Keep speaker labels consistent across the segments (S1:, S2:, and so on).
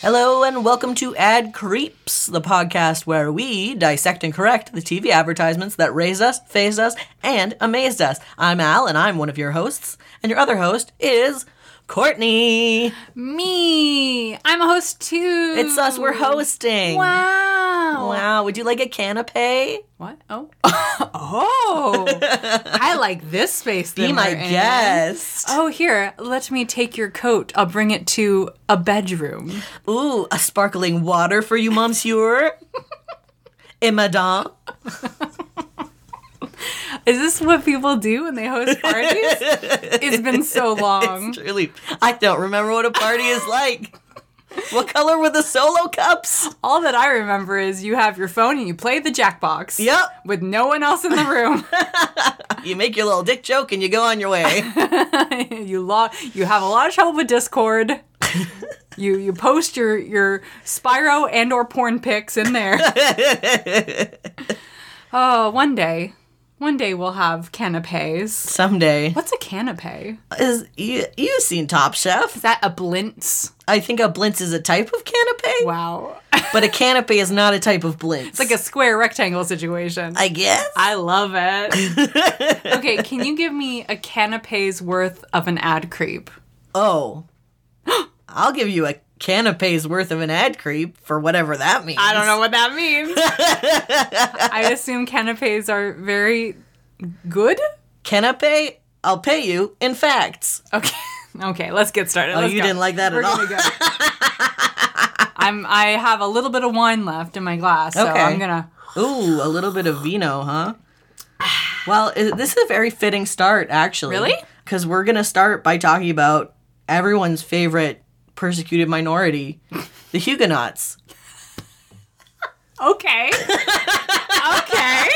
S1: Hello and welcome to Ad Creeps, the podcast where we dissect and correct the TV advertisements that raised us, phased us, and amazed us. I'm Al, and I'm one of your hosts, and your other host is Courtney.
S2: Me. I'm a host too.
S1: It's us, we're hosting.
S2: Wow.
S1: Wow, would you like a canapé?
S2: What? Oh. oh. I like this space.
S1: Be
S2: that
S1: my
S2: we're in.
S1: guest.
S2: Oh, here. Let me take your coat. I'll bring it to a bedroom.
S1: Ooh, a sparkling water for you, monsieur. Et madame.
S2: Um. Is this what people do when they host parties? it's been so long.
S1: Truly, I don't remember what a party is like. What color were the solo cups?
S2: All that I remember is you have your phone and you play the Jackbox.
S1: Yep.
S2: With no one else in the room.
S1: You make your little dick joke and you go on your way.
S2: you lo- you have a lot of trouble with Discord. you you post your your Spyro and or porn pics in there. oh, one day, one day we'll have canapes.
S1: Someday.
S2: What's a canape?
S1: Is you, you've seen Top Chef.
S2: Is that a blintz?
S1: I think a blintz is a type of canapé,
S2: Wow, it's
S1: but a canapé is not a type of blintz. It's
S2: like a square rectangle situation.
S1: I guess.
S2: I love it. okay, can you give me a canape's worth of an ad creep?
S1: oh. I'll give you a canapé's worth of an ad creep for whatever that means.
S2: I don't know what that means. I assume canapes are very good.
S1: Canapé, I'll pay you in facts.
S2: Okay, okay, let's get started.
S1: Oh,
S2: Let's
S1: you
S2: go.
S1: didn't like that
S2: We're
S1: at all.
S2: gonna go. I'm. I have a little bit of wine left in my glass, so
S1: Okay.
S2: I'm gonna.
S1: Ooh, a little bit of vino, huh? Well, i- this is a very fitting start, actually.
S2: Really?
S1: Because we're going to start by talking about everyone's favorite persecuted minority, the Huguenots.
S2: Okay. okay.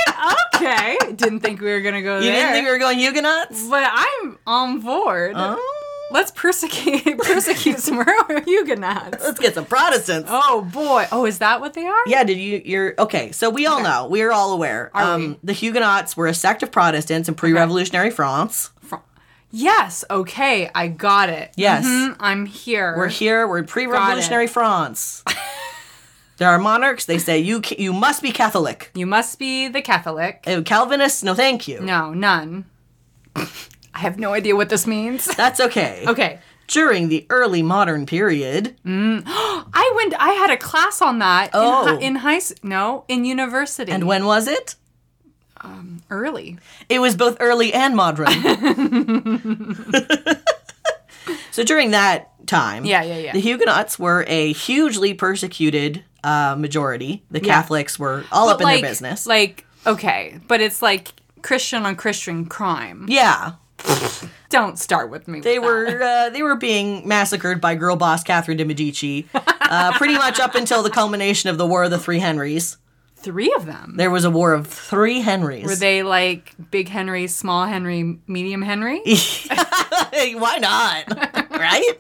S2: Okay. Didn't think we were gonna go
S1: You
S2: there.
S1: didn't think we were going Huguenots?
S2: but I'm on board.
S1: Oh,
S2: Let's persecute persecute some Huguenots.
S1: let's get some Protestants.
S2: Oh boy. Oh, is that what they are?
S1: Yeah, did you? You're okay. So we all know. We're all aware. Um,
S2: Are we?
S1: The Huguenots were a sect of Protestants in pre-revolutionary France.
S2: Fr- Yes. Okay. I got it.
S1: Yes.
S2: Mhm, I'm here.
S1: We're here. We're in pre-revolutionary France. there are monarchs. They say you ca- you must be Catholic.
S2: you must be the Catholic.
S1: Uh, Calvinists, no, thank you.
S2: No, none. I have no idea what this means.
S1: That's okay.
S2: Okay.
S1: During the early modern period,
S2: I went I had a class on that
S1: Oh.
S2: in, hi- in high s- no, in university.
S1: and when was it?
S2: early.
S1: It was both early and modern. so during that time,
S2: Yeah, yeah, yeah.
S1: the Huguenots were a hugely persecuted uh, majority. The Catholics were all up in
S2: like
S1: their business.
S2: like okay, but it's like Christian on Christian crime.
S1: yeah,
S2: Don't start with me.
S1: they were uh, they were being massacred by girl boss Catherine de Medici, uh, pretty much up until the culmination of the War of the Three Henrys.
S2: three of them.
S1: There was a war of three Henrys.
S2: Were they like big Henry, small Henry, medium Henry?
S1: Why not? right?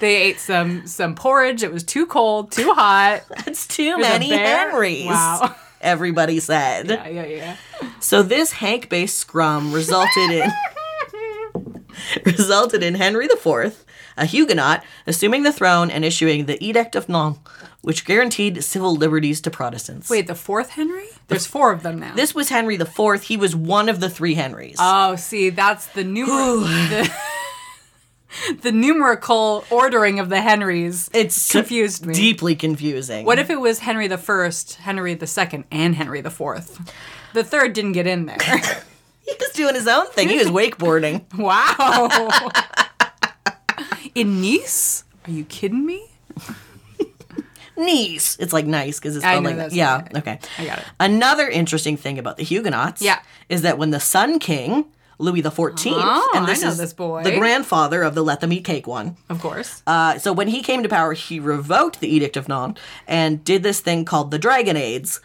S2: they ate some some porridge. It was too cold, too hot.
S1: That's too
S2: a
S1: many
S2: bear?
S1: Henrys.
S2: Wow.
S1: Everybody said.
S2: Yeah, yeah, yeah.
S1: So this Hank-based scrum resulted in resulted in Henry IV, a Huguenot, assuming the throne and issuing the Edict of Nantes, which guaranteed civil liberties to Protestants.
S2: Wait, the fourth Henry? There's four of them now.
S1: This was Henry IV. He was one of the three Henrys.
S2: Oh, see, that's the numer- the, the numerical ordering of the Henrys.
S1: it's
S2: confused me.
S1: Deeply confusing.
S2: What if it was Henry the First, Henry the Second, and Henry the Fourth? The third didn't get in there.
S1: he was doing his own thing. He was wakeboarding.
S2: wow. in Nice? Are you kidding me?
S1: nice. It's like nice because it's
S2: I
S1: spelled
S2: know
S1: like that.
S2: that's-
S1: Yeah. Okay.
S2: I got it.
S1: Another interesting thing about the Huguenots
S2: Yeah.
S1: is that when the Sun King, Louis XIV,
S2: Oh,
S1: and
S2: I
S1: this
S2: know
S1: is
S2: this boy.
S1: the grandfather of the Let Them Eat Cake one.
S2: Of course.
S1: Uh, so when he came to power, he revoked the Edict of Nantes and did this thing called the Dragonades,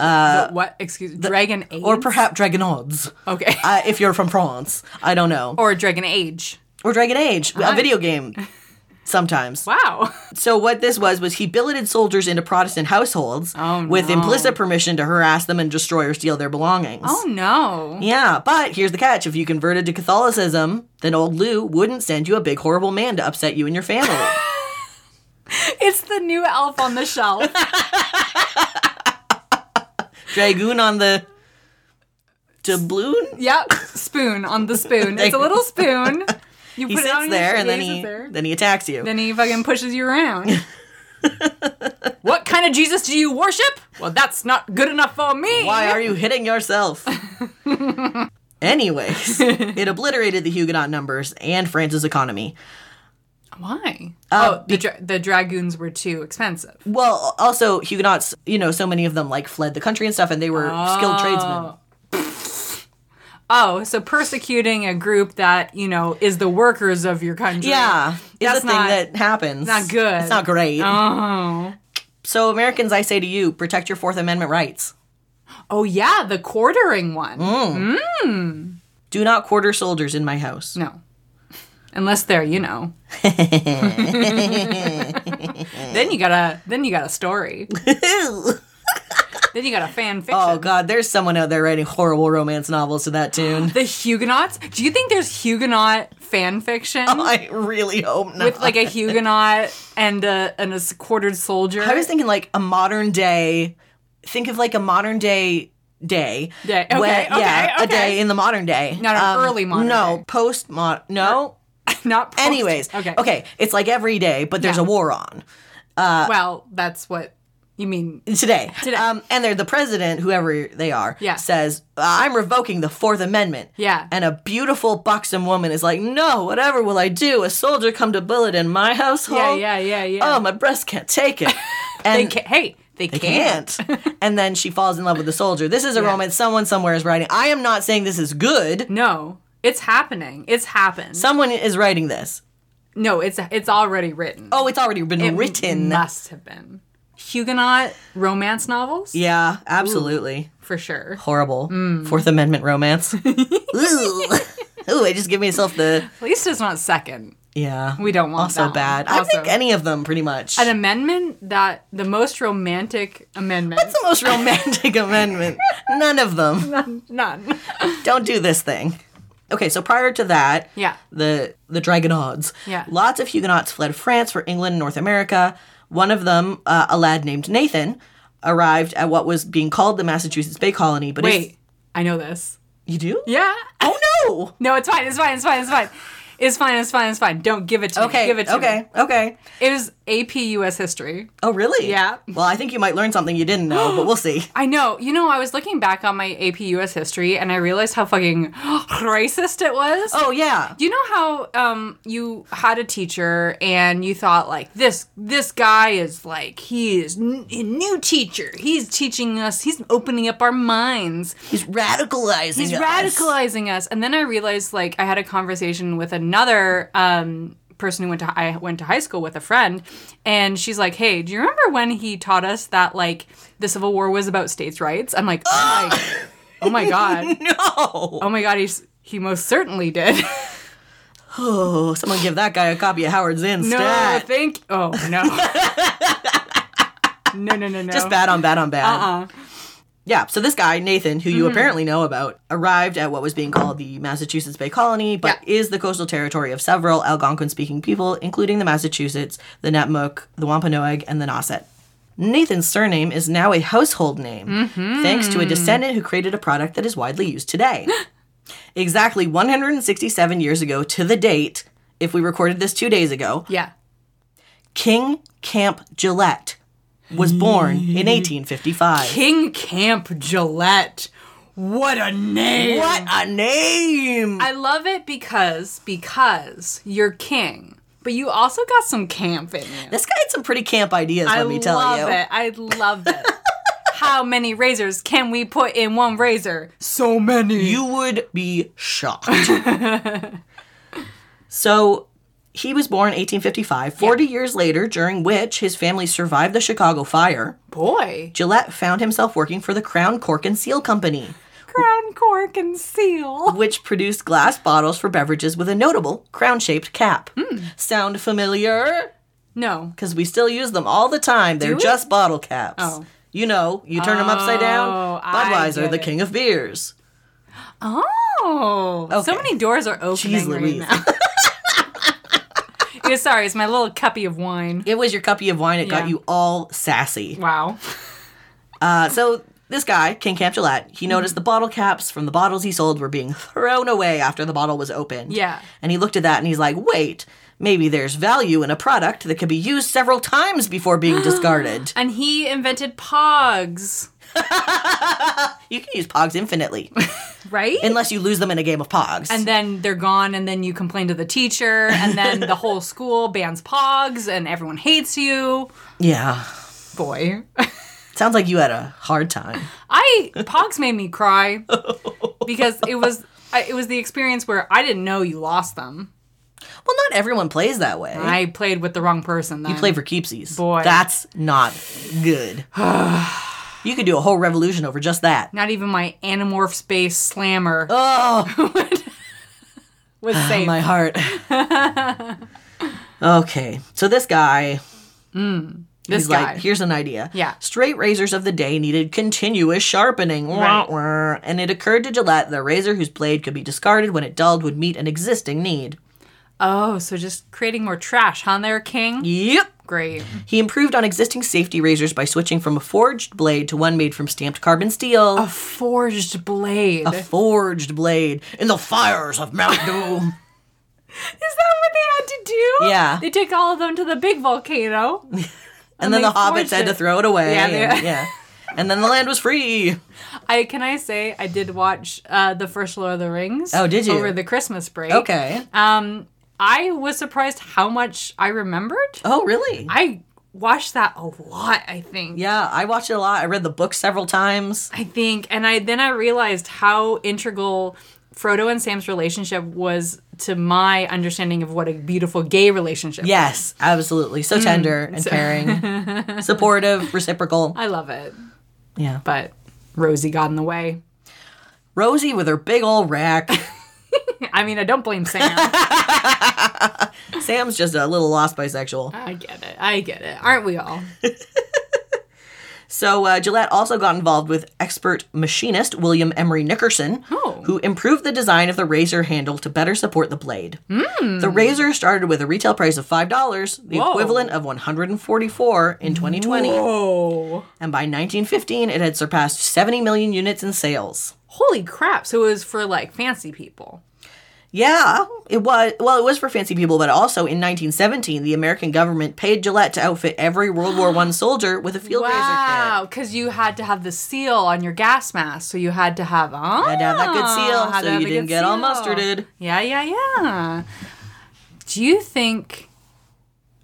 S2: Uh, The- what? Excuse Dragon Age?
S1: or perhaps Dragonades,
S2: okay.
S1: uh, if you're from France. I don't know.
S2: or Dragon Age.
S1: Or Dragon Age, a video game sometimes.
S2: Wow.
S1: So what this was was he billeted soldiers into Protestant households
S2: Oh,
S1: with implicit permission to harass them and destroy or steal their belongings.
S2: Oh no.
S1: Yeah, but here's the catch. If you converted to Catholicism, then old Lou wouldn't send you a big horrible man to upset you and your family.
S2: It's the new elf on the shelf.
S1: Dragoon on the doubloon.
S2: Yep, spoon on the spoon. It's a little spoon. You
S1: He
S2: on
S1: sits
S2: your-
S1: there and
S2: yeah,
S1: then
S2: sits
S1: he
S2: there.
S1: then he attacks you.
S2: Then he fucking pushes you around. what kind of Jesus do you worship? Well, that's not good enough for me.
S1: Why are you hitting yourself? Anyways, it obliterated the Huguenot numbers and France's economy.
S2: Why?
S1: Uh,
S2: oh, the, dra- the dragoons were too expensive.
S1: Well, also Huguenots, you know, so many of them like fled the country and stuff, and they were skilled tradesmen.
S2: Oh, so persecuting a group that you know is the workers of your country.
S1: Yeah, it's
S2: That's
S1: a thing
S2: not-
S1: that happens.
S2: not good.
S1: It's not great.
S2: Oh.
S1: So Americans, I say to you, protect your Fourth Amendment rights.
S2: Oh yeah, the quartering one.
S1: Mm. Do not quarter soldiers in my house.
S2: No. Unless they're, you know. then you got to then you got a story. Then you got a fan fiction.
S1: oh God, there's someone out there writing horrible romance novels to that tune.
S2: The Huguenots? Do you think there's Huguenot fan fiction?
S1: I really hope not.
S2: With like a Huguenot and a and a s- quartered soldier.
S1: I was thinking like a modern day. Think of like a modern day day.
S2: Day. Okay, okay,
S1: yeah, a
S2: okay.
S1: day in the modern day. Um,
S2: Not an early modern
S1: No,
S2: day.
S1: post mod. No.
S2: Not post-
S1: Anyways,
S2: Okay.
S1: okay, uh, it's like every day, but there's
S2: Yeah.
S1: a war on
S2: Well, that's what you mean.
S1: today. Today, um, and they're the president, whoever they are,
S2: Yeah.
S1: says, "Uh, "I'm revoking the Fourth Amendment."
S2: Yeah.
S1: and a beautiful buxom woman is like, "No, whatever will I do? A soldier come to bullet in my household?
S2: Yeah, yeah, yeah, yeah.
S1: Oh, my breast can't take it."
S2: they
S1: And
S2: can- hey, they, can't.
S1: can't. and then she falls in love with the soldier. This is a romance someone somewhere is writing. I am not saying this is good.
S2: No. It's happening. It's happened.
S1: Someone is writing this.
S2: no, it's it's already written.
S1: Oh, it's already been written.
S2: Must have been. Huguenot romance novels?
S1: yeah, absolutely.
S2: For sure.
S1: Horrible.
S2: Mm.
S1: Fourth Amendment romance. Ooh. Ooh, I just give myself the
S2: At least it's not second.
S1: yeah.
S2: We don't want
S1: also
S2: that
S1: bad.
S2: One.
S1: I think
S2: Also,
S1: any of them pretty much.
S2: an amendment that the most romantic amendment.
S1: That's the most romantic amendment. None of them.
S2: None.
S1: Don't do this thing. Okay, so prior to that,
S2: Yeah.
S1: the the Dragonauds.
S2: Yeah.
S1: Lots of Huguenots fled France for England and North America. One of them, uh, a lad named Nathan, arrived at what was being called the Massachusetts Bay Colony. But
S2: Wait, I know this.
S1: if, you do?
S2: Yeah.
S1: Oh no!
S2: No, it's fine. It's fine. It's fine. It's fine. It's fine. It's fine. It's fine. Don't give it to me.
S1: Okay.
S2: Give it to
S1: okay.
S2: me.
S1: Okay.
S2: It was AP US history.
S1: Oh really?
S2: Yeah.
S1: Well, I think you might learn something you didn't know, but we'll see.
S2: I know. You know, I was looking back on my AP US history and I realized how fucking racist it was.
S1: Oh yeah.
S2: Do you know how um, you had a teacher and you thought like this this guy is like he is n- a new teacher. He's teaching us. He's opening up our minds.
S1: He's radicalizing.
S2: He's
S1: us.
S2: radicalizing us. And then I realized like I had a conversation with another um, person who went to I went to high school with a friend, and she's like, "Hey, do you remember when he taught us that like the Civil War was about states' rights?" I'm like, "Oh my, oh my god,
S1: No.
S2: oh my god, he's." He most certainly did.
S1: Oh, someone give that guy a copy of Howard Zinn's
S2: No,
S1: stat.
S2: thank. Oh no. no, no, no, no.
S1: Just bad on bad on bad.
S2: Uh-uh.
S1: Yeah, so this guy, Nathan, who you apparently know about, arrived at what was being called the Massachusetts Bay Colony, but is the coastal territory of several Algonquin speaking people, including the Massachusetts, the Nipmuc, the Wampanoag, and the Nauset. Nathan's surname is now a household name, thanks to a descendant who created a product that is widely used today. exactly 167 years ago to the date, if we recorded this two days ago,
S2: Yeah.
S1: King Camp Gillette was born in 1855.
S2: Mm-hmm. King Camp Gillette. What a name.
S1: What a name!
S2: I love it because because you're king, but you also got some camp in you.
S1: this guy had some pretty camp ideas,
S2: I
S1: let me tell
S2: love
S1: you.
S2: it. I love it. How many razors can we put in one razor? So many.
S1: You would be shocked. so he was born 1855, 40 years later, during which his family survived the Chicago fire.
S2: boy.
S1: Gillette found himself working for the Crown Cork and Seal Company,
S2: Crown cork and seal.
S1: which produced glass bottles for beverages with a notable crown shaped cap.
S2: Hmm.
S1: Sound familiar?
S2: No.
S1: Because we still use them all the time. They're
S2: we?
S1: just bottle caps.
S2: Oh.
S1: You know, you turn them upside down.
S2: Oh, I
S1: Budweiser,
S2: get
S1: the
S2: it.
S1: king of beers.
S2: Oh, so
S1: Okay.
S2: Oh, many doors are opening
S1: Jeez
S2: right
S1: Louise.
S2: now. Yeah, sorry, it's my little cuppy of wine.
S1: It was your cuppy of wine. It
S2: Yeah.
S1: got you all sassy.
S2: Wow.
S1: Uh, so this guy, King Camp Gillette, he
S2: Mm-hmm.
S1: noticed the bottle caps from the bottles he sold were being thrown away after the bottle was opened.
S2: Yeah.
S1: And he looked at that and he's like, wait, maybe there's value in a product that could be used several times before being discarded.
S2: And he invented pogs,
S1: You can use pogs infinitely,
S2: right?
S1: unless you lose them in a game of pogs.
S2: and then they're gone, and then you complain to the teacher, and then the whole school bans pogs, and everyone hates you.
S1: yeah.
S2: Boy.
S1: Sounds like you had a hard time.
S2: I Pogs made me cry because it was I- it was the experience where I didn't know you lost them.
S1: Well, not everyone plays that way.
S2: I played with the wrong person. Then.
S1: You play for keepsies.
S2: Boy.
S1: That's not good. you could do a whole revolution over just that.
S2: Not even my Animorph Space Slammer
S1: Oh,
S2: was safe.
S1: my heart. okay, so this guy.
S2: this
S1: he's
S2: guy.
S1: like, here's an idea.
S2: Yeah.
S1: Straight razors of the day needed continuous sharpening. Wah,
S2: Right.
S1: wah. And it occurred to Gillette that a razor whose blade could be discarded when it dulled would meet an existing need.
S2: oh, so just creating more trash, huh? There, King.
S1: Yep.
S2: Great.
S1: He improved on existing safety razors by switching from a forged blade to one made from stamped carbon steel.
S2: A forged blade.
S1: a forged blade in the fires of Mount Doom.
S2: Is that what they had to do?
S1: Yeah.
S2: They took all of them to the big volcano.
S1: and then
S2: they
S1: the hobbits
S2: forged
S1: had to
S2: it.
S1: throw it away.
S2: Yeah, they-
S1: and, yeah. And then the land was free.
S2: I can I say I did watch uh, the first Lord of the Rings.
S1: Oh, did you?
S2: over the Christmas break?
S1: Okay.
S2: Um, I was surprised how much I remembered.
S1: Oh, really?
S2: I watched that a lot. I think.
S1: Yeah, I watched it a lot. I read the book several times.
S2: I think, and I then I realized how integral Frodo and Sam's relationship was to my understanding of what a beautiful gay relationship.
S1: Yes, absolutely.
S2: Mm,
S1: So tender and caring, supportive, reciprocal.
S2: I love it,
S1: Yeah.
S2: but Rosie got in the way.
S1: Rosie with her big old rack.
S2: I mean, I don't blame Sam.
S1: Sam's just a little lost bisexual.
S2: I get it. I get it. Aren't we all?
S1: So uh, Gillette also got involved with expert machinist William Emery Nickerson,
S2: Oh.
S1: who improved the design of the razor handle to better support the blade. The razor started with a retail price of five dollars, the
S2: Hmm. Whoa.
S1: equivalent of one hundred and forty-four in 2020,
S2: Oh,
S1: and by 1915 it had surpassed 70 million units in sales.
S2: holy crap! So it was for like fancy people.
S1: Yeah, it was. Well, it was for fancy people, but also in 1917, the American government paid Gillette to outfit every World War One soldier with a field razor
S2: Wow, because you had to have the seal on your gas mask, so you had to have oh,
S1: kit. Had to have that good seal,
S2: had to
S1: so
S2: have
S1: you
S2: a
S1: didn't
S2: good
S1: get all
S2: seal.
S1: mustarded.
S2: Yeah, yeah, yeah. Do you think?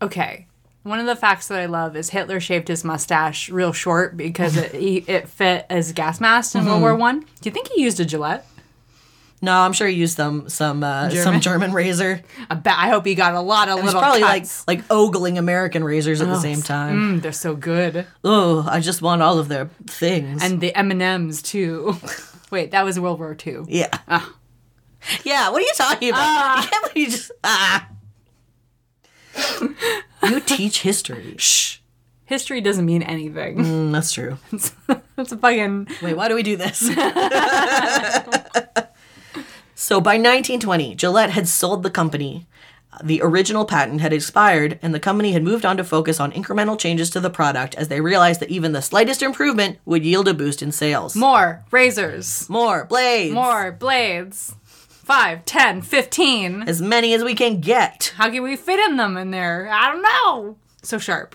S2: Okay, one of the facts that I love is Hitler shaved his mustache real short because it he, it fit as a gas mask in
S1: Mm-hmm.
S2: World War One. Do you think he used a Gillette?
S1: No, I'm sure he used some some uh, some
S2: German.
S1: German razor.
S2: I bet. I hope he got a lot of
S1: It's
S2: little
S1: probably
S2: cuts.
S1: like like ogling American razors at the same time.
S2: Mm, they're so good,
S1: Oh, I just want all of their things.
S2: and the M and M's too. Wait, that was World War Two.
S1: yeah.
S2: Ah.
S1: Yeah, what are you talking about? you can't believe you just ah. you teach history.
S2: Shh. History doesn't mean anything.
S1: Mm, that's true.
S2: That's a fucking
S1: Wait, why do we do this? so by 1920, Gillette had sold the company. The original patent had expired, and the company had moved on to focus on incremental changes to the product as they realized that even the slightest improvement would yield a boost in sales.
S2: more razors,
S1: More blades.
S2: more blades. Five, ten, fifteen.
S1: As many as we can get.
S2: How can we fit in them in there? I don't know. So sharp.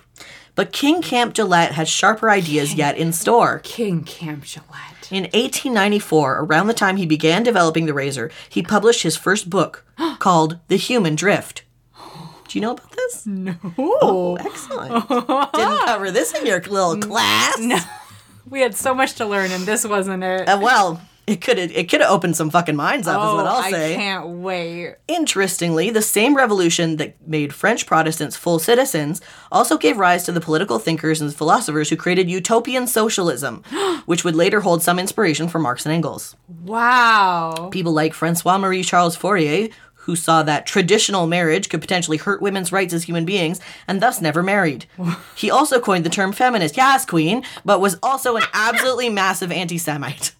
S1: But King Camp Gillette had sharper ideas yet in store.
S2: King Camp Gillette.
S1: In 1894, around the time he began developing the razor, he published his first book called The Human Drift. Do you know about this? Oh,
S2: Ooh.
S1: Excellent. Didn't cover this in your little class. No.
S2: We had so much to learn, and this wasn't it.
S1: Uh, well, it could have it could have opened some fucking minds up, is what I'll
S2: Oh, I
S1: say.
S2: can't wait.
S1: Interestingly, the same revolution that made French Protestants full citizens also gave rise to the political thinkers and philosophers who created utopian socialism, which would later hold some inspiration for Marx and Engels.
S2: Wow.
S1: People like Francois Marie Charles Fourier, who saw that traditional marriage could potentially hurt women's rights as human beings and thus never married. he also coined the term feminist, yes, queen, but was also an absolutely massive anti Semite.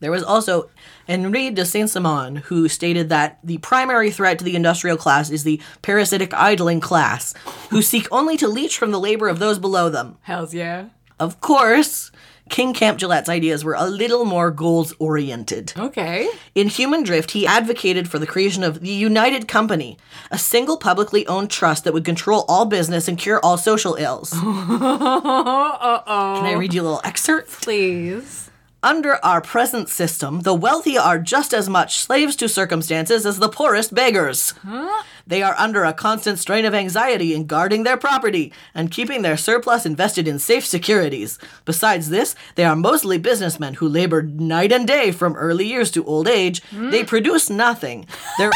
S1: There was also Henri de Saint Simon, who stated that the primary threat to the industrial class is the parasitic idling class, who seek only to leech from the labor of those below them.
S2: Hells yeah.
S1: Of course, King Camp Gillette's ideas were a little more goals oriented.
S2: Okay.
S1: In Human Drift, he advocated for the creation of the United Company, a single publicly owned trust that would control all business and cure all social ills. Can I read you a little excerpt?
S2: Please.
S1: Under our present system, the wealthy are just as much slaves to circumstances as the poorest beggars. They are under a constant strain of anxiety in guarding their property and keeping their surplus invested in safe securities. Besides this, they are mostly businessmen who labor night and day from early years to old age. They produce nothing. They're,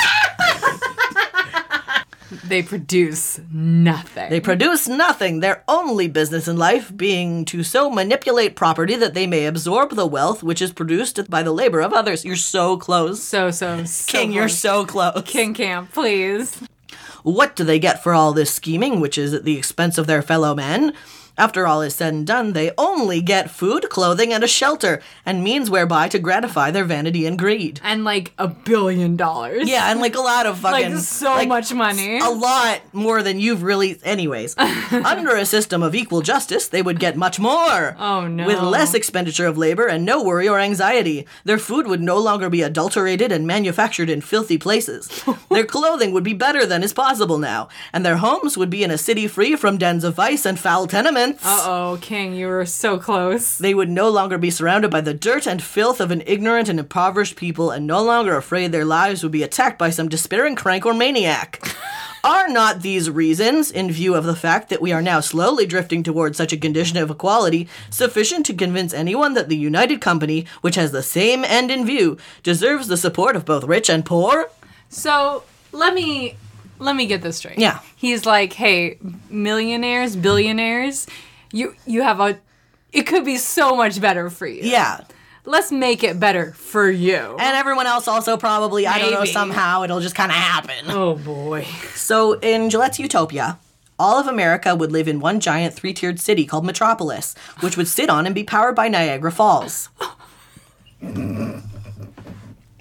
S2: They produce nothing.
S1: they produce nothing. Their only business in life being to so manipulate property that they may absorb the wealth which is produced by the labor of others. You're so close.
S2: so so so
S1: King, you're
S2: close.
S1: so close.
S2: King camp, please.
S1: What do they get for all this scheming, which is at the expense of their fellow men? After all is said and done, they only get food, clothing, and a shelter, and means whereby to gratify their vanity and greed.
S2: And like a billion dollars.
S1: Yeah, and like a lot of
S2: Like
S1: fucking.
S2: so much money.
S1: A lot more than you've really. Anyways, under a system of equal justice, they would get much more.
S2: Oh, no.
S1: With less expenditure of labor and no worry or anxiety. Their food would no longer be adulterated and manufactured in filthy places. their clothing would be better than is possible now, and their homes would be in a city free from dens of vice and foul tenements.
S2: oh, King, you were so close.
S1: They would no longer be surrounded by the dirt and filth of an ignorant and impoverished people, and no longer afraid their lives would be attacked by some despairing crank or maniac. are not these reasons, in view of the fact that we are now slowly drifting towards such a condition of equality, sufficient to convince anyone that the United Company, which has the same end in view, deserves the support of both rich and poor?
S2: So let me let me get this straight.
S1: Yeah.
S2: He's like, hey, millionaires, billionaires, you you have a it could be so much better for you.
S1: Yeah.
S2: Let's make it better for you.
S1: And everyone else also probably, I don't know,
S2: Maybe.
S1: somehow it'll just kind of happen.
S2: oh boy.
S1: So in Gillette's Utopia, all of America would live in one giant three tiered city called Metropolis, which would sit on and be powered by Niagara Falls.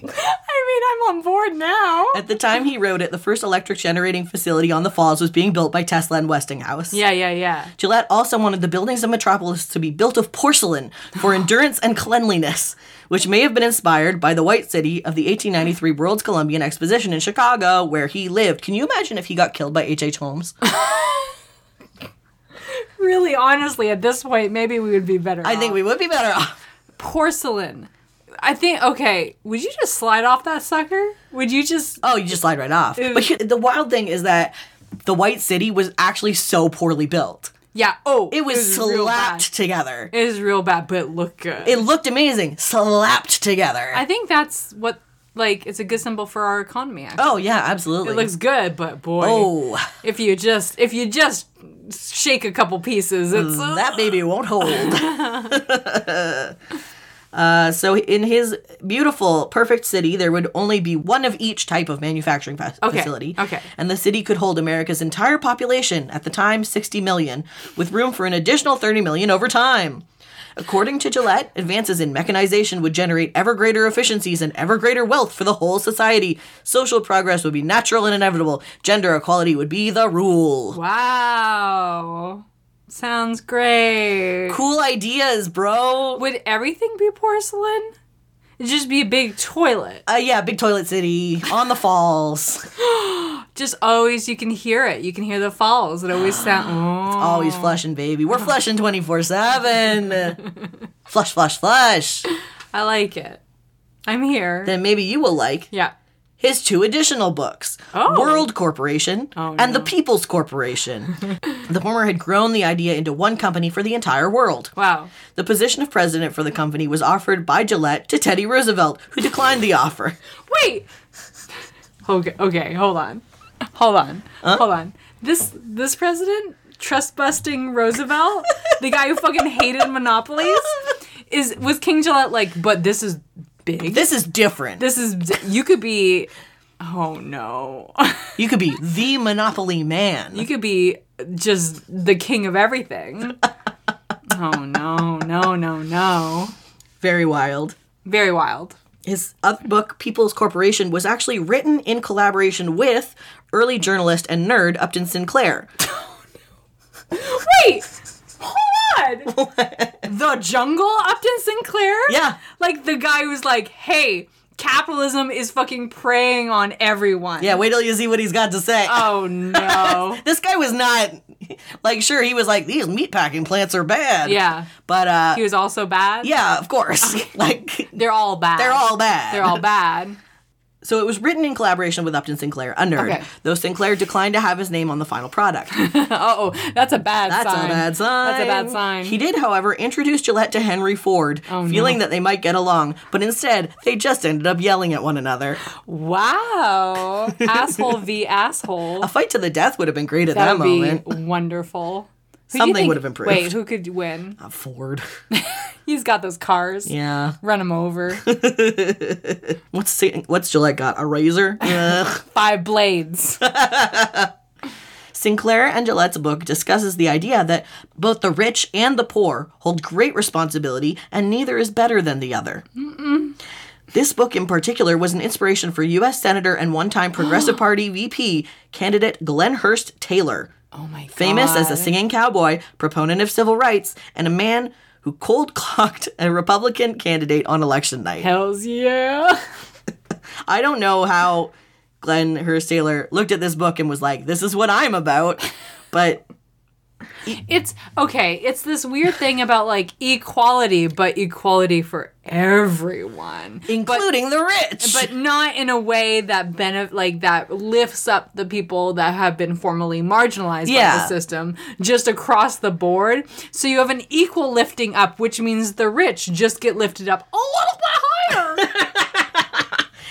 S2: I mean, I'm on board now.
S1: At the time he wrote it, the first electric generating facility on the falls was being built by Tesla and Westinghouse.
S2: Yeah, yeah, yeah.
S1: Gillette also wanted the buildings of Metropolis to be built of porcelain for endurance and cleanliness, which may have been inspired by the White City of the 1893 World's Columbian Exposition in Chicago, where he lived. Can you imagine if he got killed by H.H. H. Holmes?
S2: Really, honestly, at this point, maybe we would be better.
S1: I think we would be better off.
S2: porcelain. I think okay. Would you just slide off that sucker? Would you just?
S1: Oh, you just slide right off. But here- the wild thing is that the White City was actually so poorly built.
S2: Yeah. Oh,
S1: It was,
S2: real bad.
S1: slapped together.
S2: It is real bad, but it looked good.
S1: It looked amazing, slapped together.
S2: I think that's what like it's a good symbol for our economy. Actually.
S1: oh yeah, absolutely.
S2: It looks good, but boy,
S1: oh,
S2: if you just if you just shake a couple pieces, it's oh,
S1: that baby won't hold. Uh, so in his beautiful, perfect city, there would only be one of each type of manufacturing fa-
S2: Okay,
S1: facility.
S2: okay.
S1: And the city could hold America's entire population, at the time 60 million, with room for an additional 30 million over time. According to Gillette, advances in mechanization would generate ever greater efficiencies and ever greater wealth for the whole society. Social progress would be natural and inevitable. Gender equality would be the rule.
S2: wow, sounds great.
S1: Cool ideas, bro.
S2: Would everything be porcelain? It'd just be a big toilet.
S1: Uh, yeah, big toilet city on the falls.
S2: just always you can hear it. You can hear the falls. It always sounds.
S1: Always flushing, baby. We're flushing 24 7. Flush, flush, flush.
S2: I like it. I'm here.
S1: Then maybe you will like
S2: yeah.
S1: his two additional books
S2: Oh.
S1: World Corporation and The People's Corporation. the former had grown the idea into one company for the entire world.
S2: Wow.
S1: The position of president for the company was offered by Gillette to Teddy Roosevelt, who declined the offer.
S2: Wait. Okay. Okay. Hold on. Hold on. Hold on. This this president trust busting Roosevelt, the guy who fucking hated monopolies, is was King Gillette like? But this is big.
S1: This is different.
S2: this is you could be. Oh no.
S1: you could be the Monopoly man.
S2: You could be just the king of everything. oh no, no, no, no.
S1: Very wild.
S2: Very wild.
S1: His other book, People's Corporation, was actually written in collaboration with early journalist and nerd Upton Sinclair.
S2: Wait, hold on. the jungle, Upton Sinclair.
S1: Yeah.
S2: like the guy who's like, "Hey, capitalism is fucking preying on everyone."
S1: Yeah, wait till you see what he's got to say.
S2: Oh no.
S1: this guy was not like sure he was like these meatpacking plants are bad.
S2: Yeah.
S1: But uh
S2: he was also bad.
S1: yeah, of course. like
S2: They're all bad.
S1: they're all bad.
S2: They're all bad.
S1: So it was written in collaboration with Upton Sinclair, a nerd,
S2: Okay.
S1: though Sinclair declined to have his name on the final product.
S2: oh, that's a bad
S1: That's
S2: sign.
S1: a bad sign.
S2: That's a bad sign. Oh,
S1: He did, however, introduce Gillette to Henry Ford, feeling that they might get along, but instead they just ended up yelling at one another.
S2: Wow. asshole v asshole.
S1: A fight to the death would have been great at that,
S2: That would be
S1: moment.
S2: wonderful. Who do you
S1: Something
S2: think-
S1: would have improved.
S2: Wait, who could win?
S1: Uh, Ford.
S2: He's got those cars.
S1: yeah.
S2: Run him over.
S1: What's Sin- what's Gillette got? A razor? Ugh.
S2: Five blades.
S1: Sinclair and Gillette's book discusses the idea that both the rich and the poor hold great responsibility and neither is better than the other. This book in particular was an inspiration for U.S. Senator and one time Progressive Party VP candidate Glenn Hurst Taylor,
S2: Oh my god.
S1: famous as a singing cowboy, proponent of civil rights, and a man who cold cocked a Republican candidate on election night.
S2: Hells yeah.
S1: I don't know how Glenn Hurst Taylor looked at this book and was like, this is what I'm about. But
S2: It's okay. It's this weird thing about like equality, but equality for everyone.
S1: including the rich.
S2: but not in a way that benef- like that lifts up the people that have been formally marginalized by
S1: Yeah.
S2: the system just across the board so you have an equal lifting up which means the rich just get lifted up a little bit higher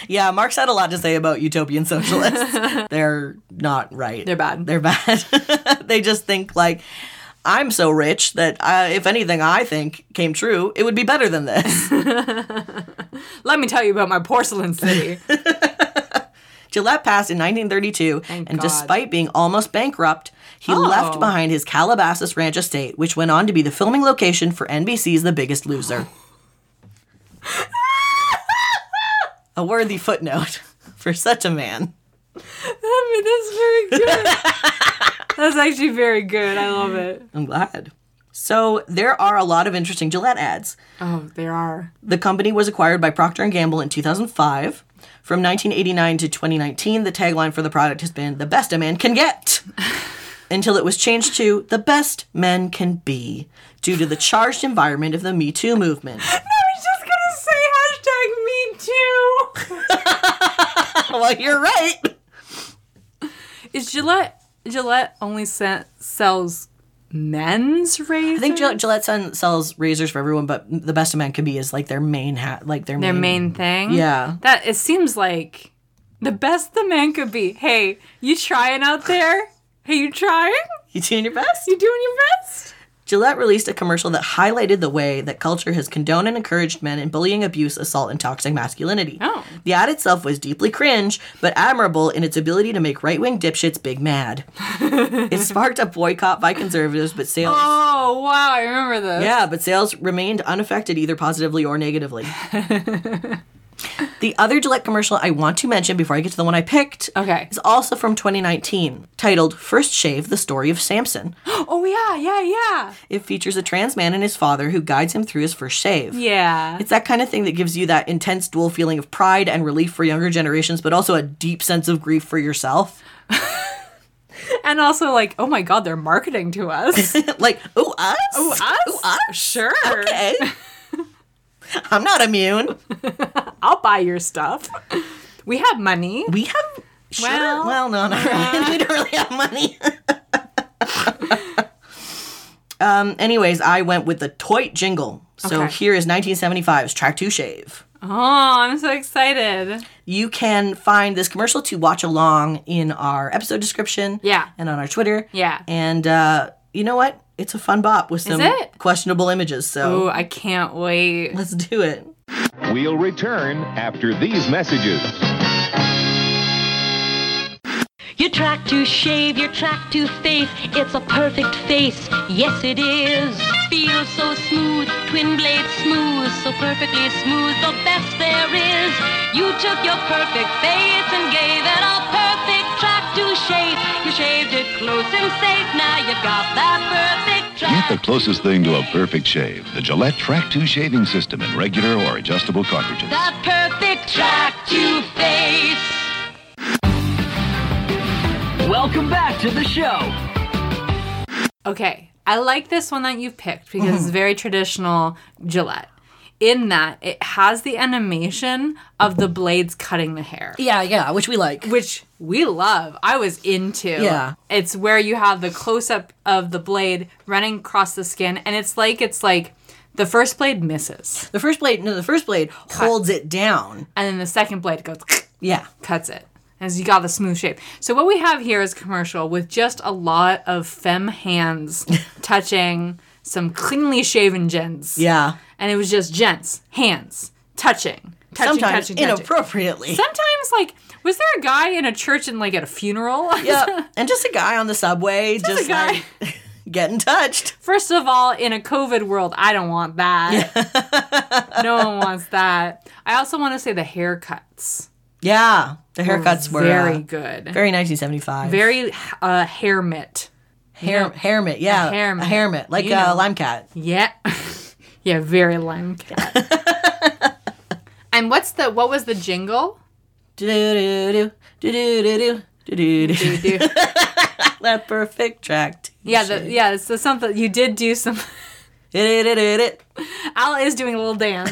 S1: yeah, Marx had a lot to say about utopian socialists. They're not right.
S2: they're bad
S1: They're bad. they just think like I'm so rich that uh, if anything I think came true, it would be better than this.
S2: let me tell you about my porcelain city
S1: Gillette passed in 1932, and
S2: God.
S1: despite being almost bankrupt, he left behind his Calabasas Ranch estate, which went on to be the filming location for NBC's The Biggest Loser. a worthy footnote for such a man.
S2: I mean, that's very good that's actually very good i love it
S1: I'm glad. So there are a lot of interesting Gillette ads.
S2: oh there are
S1: The company was acquired by Procter & Gamble in 2005. From 1989 to 2019, the tagline for the product has been "The best a man can get." Until it was changed to "The best men can be" due to the charged environment of the Me Too movement.
S2: i was just gonna say hashtag me too
S1: well, you're right.
S2: Is Gillette Gillette only se- sells men's razors?
S1: I think Gillette, Gillette sen- sells razors for everyone, but the best a man can be is like their main hat, like their,
S2: their
S1: main.
S2: main thing.
S1: Yeah.
S2: That it seems like the best the man could be. Hey, you trying out there? Hey, you trying?
S1: You doing your best?
S2: You doing your best?
S1: Gillette released a commercial that highlighted the way that culture has condoned and encouraged men in bullying, abuse, assault, and toxic masculinity.
S2: Oh.
S1: The ad itself was deeply cringe, but admirable in its ability to make right wing dipshits big mad. it sparked a boycott by conservatives, but sales.
S2: Oh wow, I remember this.
S1: Yeah, but sales remained unaffected either positively or negatively. the other Gillette commercial I want to mention before I get to the one I picked
S2: Okay.
S1: is also from 2019, titled First Shave The Story of Samson.
S2: Oh yeah, yeah, yeah.
S1: It features a trans man and his father who guides him through his first shave.
S2: Yeah.
S1: It's that kind of thing that gives you that intense dual feeling of pride and relief for younger generations, but also a deep sense of grief for yourself.
S2: And also like, oh my god, they're marketing to us.
S1: like, oh, us?
S2: us? Sure.
S1: Okay. ah, I'm not immune.
S2: I'll buy your stuff. We have money.
S1: We have. Sure. Well,
S2: Well,
S1: no,
S2: uh,
S1: not really. we don't really have money. um. Anyways, I went with the Toit jingle. So
S2: Okay.
S1: here is 1975's track two shave.
S2: Oh, I'm so excited.
S1: You can find this commercial to watch along in our episode description.
S2: Yeah.
S1: And on our Twitter.
S2: Yeah.
S1: And uh, you know what? It's a fun bop with some
S2: it?
S1: questionable images. So
S2: Oh, I can't wait.
S1: let's do it.
S3: We'll return after these messages.
S4: You track to shave, you track to face. It's a perfect face. Yes, it is. feels so smooth, twin blades smooth, so perfectly smooth, the best there is. You took your perfect face and gave it a perfect track to shave. You shaved it close and safe, now you've got that perfect track.
S5: Get the closest thing to a perfect shave. The Gillette Track 2 shaving system in regular or adjustable cartridges.
S4: That perfect track to face.
S6: Welcome back to the show.
S2: Okay, I like this one that you've picked because it's very traditional Gillette. In that it has the animation of the blades cutting the hair,
S1: Yeah, yeah, which we like.
S2: which we love. I was into.
S1: Yeah.
S2: it's where you have the close up of the blade running across the skin, and it's like it's like the first blade misses,
S1: The first blade, no, the first blade holds it down.
S2: and then the second blade goes.
S1: Yeah.
S2: cuts it. As you got the smooth shape. So what we have here is commercial with just a lot of femme hands touching some cleanly shaven gents.
S1: Yeah.
S2: And it was just gents, hands, touching, touching,
S1: Sometimes
S2: touching, touching.
S1: inappropriately.
S2: Sometimes like was there a guy in a church and like at a funeral?
S1: yep. And just a guy on the subway, just,
S2: a guy.
S1: like getting touched.
S2: First of all, in a COVID world, I don't want that. no one wants that. I also want to say the haircuts.
S1: Yeah. The haircuts were
S2: Oh, very
S1: uh,
S2: good.
S1: Very 1975.
S2: very uh, hair mitt.
S1: hair, hairmit. Yeah,
S2: hairmit.
S1: a hairmit, like
S2: You
S1: a
S2: know.
S1: lime cat.
S2: Yeah. yeah, very lime cat. and what's the what was the jingle?
S1: Do do do do do do do do.
S2: yeah,
S1: That perfect track.
S2: the, yeah, it's the something you did do some
S1: Did
S2: Al is doing a little dance.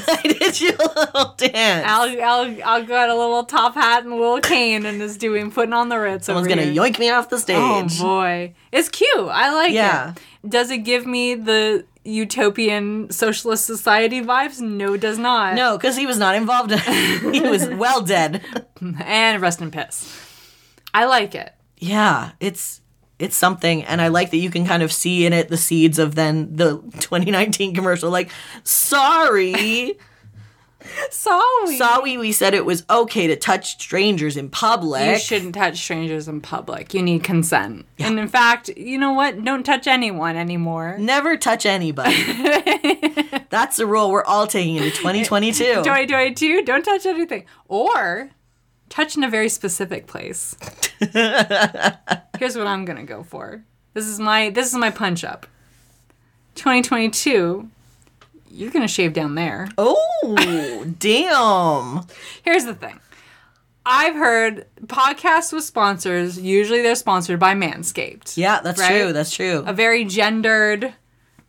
S1: you a little dance?
S2: Al Al Al got a little top hat and a little cane and is doing putting on the ritz.
S1: Someone's
S2: over
S1: gonna
S2: here.
S1: yoink me off the
S2: Oh
S1: stage.
S2: boy. It's cute. I like
S1: Yeah.
S2: it. Does it give me the utopian socialist society vibes? No, it does not.
S1: No, because he was not involved. he was well dead.
S2: And rest in piss. I like it.
S1: Yeah, it's it's something, and I like that you can kind of see in it the seeds of then the 2019 commercial. Like, sorry,
S2: So we
S1: sorry, we said it was okay to touch strangers in public.
S2: You shouldn't touch strangers in public. You need consent. And in fact, you know what? Don't touch anyone anymore.
S1: Never touch anybody. That's the rule we're all taking into 2022.
S2: Joy, joy, too. Don't touch anything. Or touch in a very specific place. Here's what I'm gonna go for. This is my this is my punch up. 2022. You're gonna shave down there.
S1: oh, damn.
S2: Here's the thing. I've heard podcasts with sponsors. Usually, they're sponsored by Manscaped.
S1: Yeah, that's
S2: Right?
S1: true. That's true.
S2: a very gendered,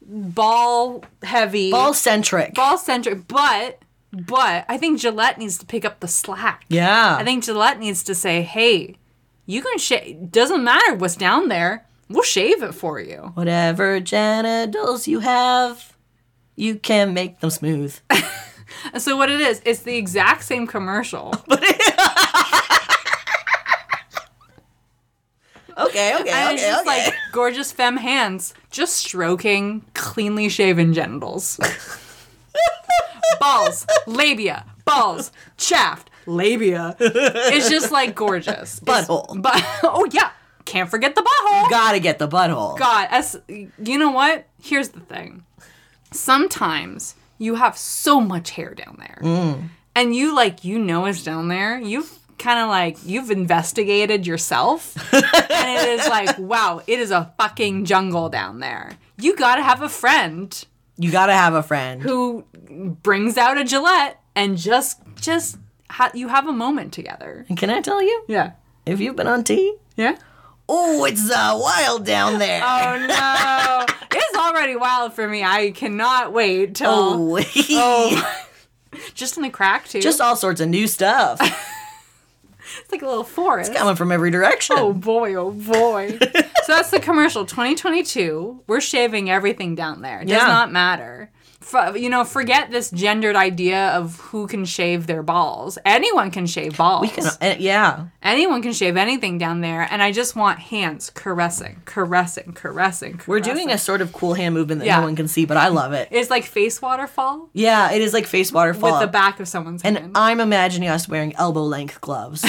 S2: ball heavy,
S1: Ball centric.
S2: ball centric. But but I think Gillette needs to pick up the slack.
S1: yeah.
S2: I think Gillette needs to say, hey, you can shave. Doesn't matter what's down there. We'll shave it for you.
S1: Whatever genitals you have, you can make them smooth.
S2: And so what it is, it's the exact same commercial.
S1: Okay, okay,
S2: And it's
S1: okay,
S2: just
S1: okay.
S2: like gorgeous femme hands just stroking cleanly shaven genitals. balls, labia, balls, shaft, labia. It's just like gorgeous. It's-
S1: Butthole.
S2: But oh yeah, can't forget the butthole.
S1: Gotta get the butthole.
S2: God, as you know what? Here's the thing. Sometimes you have so much hair down there. And you like you know it's down there. You've kind of like you've investigated yourself. and it is like, wow, it is a fucking jungle down there. You got to have a friend
S1: You gotta have a friend.
S2: who brings out a Gillette and just just ha- you have a moment together.
S1: And can I tell you,
S2: Yeah.
S1: if you've been on T,
S2: Yeah.
S1: oh, it's uh, wild down there.
S2: Oh no. it's already wild for me. I cannot wait till
S1: Oh.
S2: just in the crack too.
S1: just all sorts of new stuff
S2: it's like a little forest.
S1: coming from every direction.
S2: oh boy, oh boy. so that's the commercial 2022. We're shaving everything down there. It does
S1: Yeah.
S2: not matter. F- you know, forget this gendered idea of who can shave their balls. Anyone can shave balls.
S1: You know, and- eh, yeah.
S2: Anyone can shave anything down there, and I just want hands caressing, caressing, caressing.
S1: We're doing a sort of cool hand movement that
S2: Yeah.
S1: no one can see, but I love it.
S2: It's like face waterfall
S1: Yeah, it is like face waterfall.
S2: with the back of someone's
S1: And
S2: hand.
S1: I'm imagining us wearing elbow length gloves.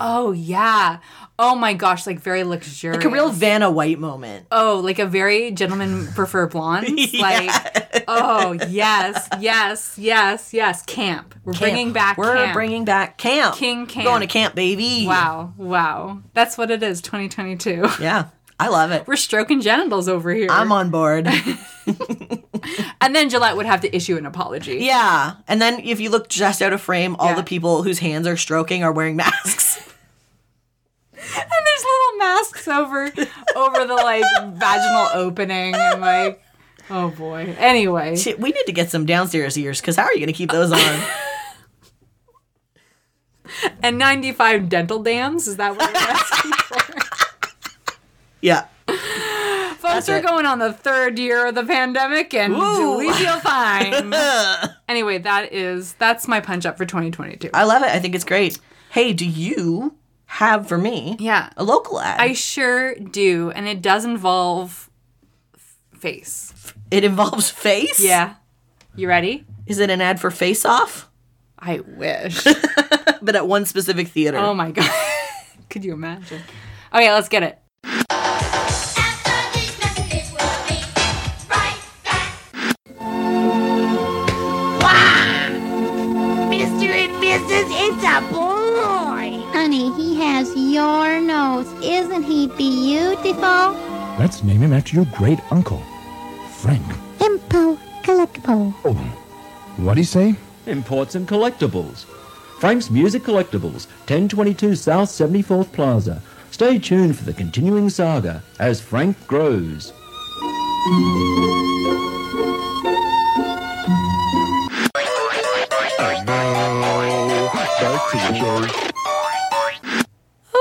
S2: Oh yeah. Oh my gosh, like very luxurious.
S1: Like a real Vanna White moment.
S2: oh, like a very gentleman prefer blondes. Like oh yes, yes, yes, yes. Camp. We're
S1: Camp.
S2: bringing back.
S1: We're
S2: camp.
S1: bringing back camp.
S2: King camp.
S1: Going to camp, baby.
S2: Wow, wow. That's what it is. 2022.
S1: Yeah, I love it.
S2: We're stroking genitals over here.
S1: I'm on board.
S2: and then Gillette would have to issue an apology.
S1: yeah. And then if you look just out of frame, all
S2: Yeah.
S1: the people whose hands are stroking are wearing masks.
S2: And there's little masks over over the like vaginal opening and like oh boy. Anyway.
S1: Shit, we need to get some downstairs ears because how are you going to keep those on?
S2: And 95 dental dams? Is that what you're asking for?
S1: yeah.
S2: Folks, we're
S1: it.
S2: going on the third year of the pandemic and
S1: Woo.
S2: we feel fine. anyway, that is that's my punch up for 2022.
S1: I love it. I think it's great. Hey, do you have for me
S2: Yeah.
S1: a local ad?
S2: I sure do, and it does involve f- face.
S1: it involves face?
S2: Yeah. You ready?
S1: Is it an ad for face off?
S2: I wish.
S1: But at one specific theater.
S2: oh my god. Could you imagine? Okay, let's get it.
S7: After these messages, we'll be right back.
S8: Mr. and Mrs. It's a boy.
S9: Honey, he has your nose. Isn't he beautiful?
S10: Let's name him after your great uncle, Frank.
S9: Impo collectible.
S10: What'd he say?
S11: Imports and collectibles. Frank's Music Collectibles, 1022 South 74th Plaza. Stay tuned for the continuing saga as Frank grows.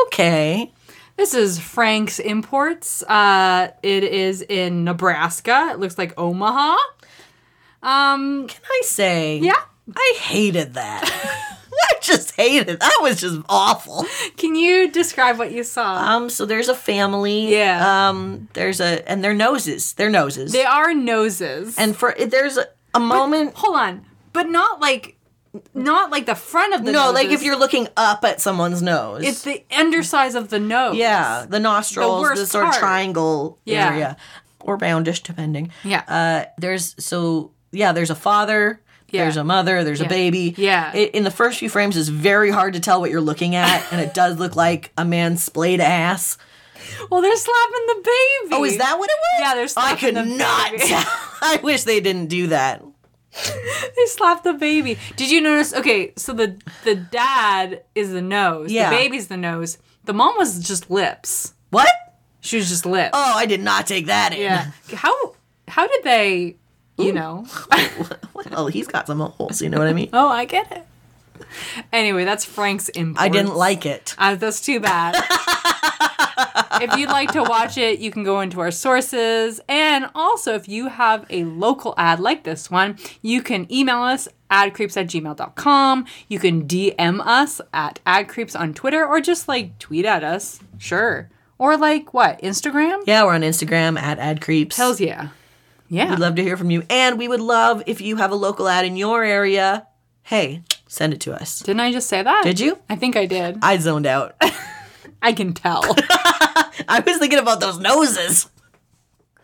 S1: Okay.
S2: This is Frank's Imports. Uh, it is in Nebraska. It looks like Omaha. Um,
S1: Can I say?
S2: yeah.
S1: I hated that. I just hated. That was just awful.
S2: Can you describe what you saw?
S1: Um, so there's a family.
S2: Yeah.
S1: Um, there's a and their noses. Their noses.
S2: They are noses.
S1: and for there's a, a moment.
S2: hold on, but not like, not like the front of the
S1: No, like
S2: noses.
S1: if you're looking up at someone's nose.
S2: it's the undersize of the nose.
S1: yeah, the nostrils, the,
S2: worst
S1: sort
S2: part.
S1: of triangle
S2: Yeah.
S1: area, or roundish depending.
S2: Yeah.
S1: Uh, there's so yeah. There's a father.
S2: Yeah.
S1: There's a mother. There's
S2: Yeah.
S1: a baby.
S2: Yeah.
S1: It, in the first few frames, it's very hard to tell what you're looking at, and it does look like a man's splayed ass.
S2: Well, they're slapping the baby.
S1: Oh, is that what it was?
S2: Yeah, they're
S1: I
S2: slapping
S1: could
S2: the
S1: not
S2: baby.
S1: tell. I wish they didn't do that.
S2: They slapped the baby. Did you notice? Okay, so the the dad is the nose.
S1: Yeah.
S2: The baby's the nose. The mom was just lips.
S1: What?
S2: She was just lips.
S1: Oh, I did not take that in.
S2: yeah. How how did they? You know.
S1: well, he's got some holes, you know what I mean?
S2: Oh, I get it. Anyway, that's Frank's import.
S1: I didn't like it.
S2: Uh, that's too bad. if you'd like to watch it, you can go into our sources. And also, if you have a local ad like this one, you can email us adcreeps at gmail.com. You can DM us at adcreeps on Twitter or just like tweet at us. Sure. Or like what? Instagram?
S1: Yeah, we're on Instagram at adcreeps.
S2: Hells yeah. Yeah.
S1: We'd love to hear from you. And we would love if you have a local ad in your area, hey, send it to us.
S2: Didn't I just say that?
S1: Did you?
S2: I think I did.
S1: I zoned out.
S2: I can tell.
S1: I was thinking about those noses.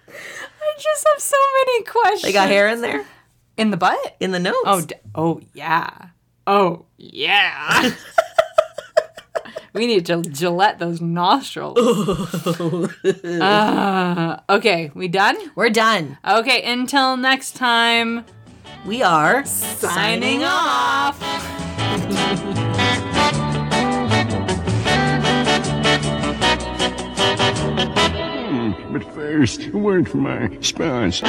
S2: I just have so many questions.
S1: They got hair in there?
S2: in the butt?
S1: In the nose?
S2: Oh, d- oh yeah. Oh yeah. we need to Gillette those nostrils. Ah, okay, we done?
S1: we're done.
S2: Okay, until next time,
S1: We are
S2: signing off.
S3: But first, a word from our sponsor.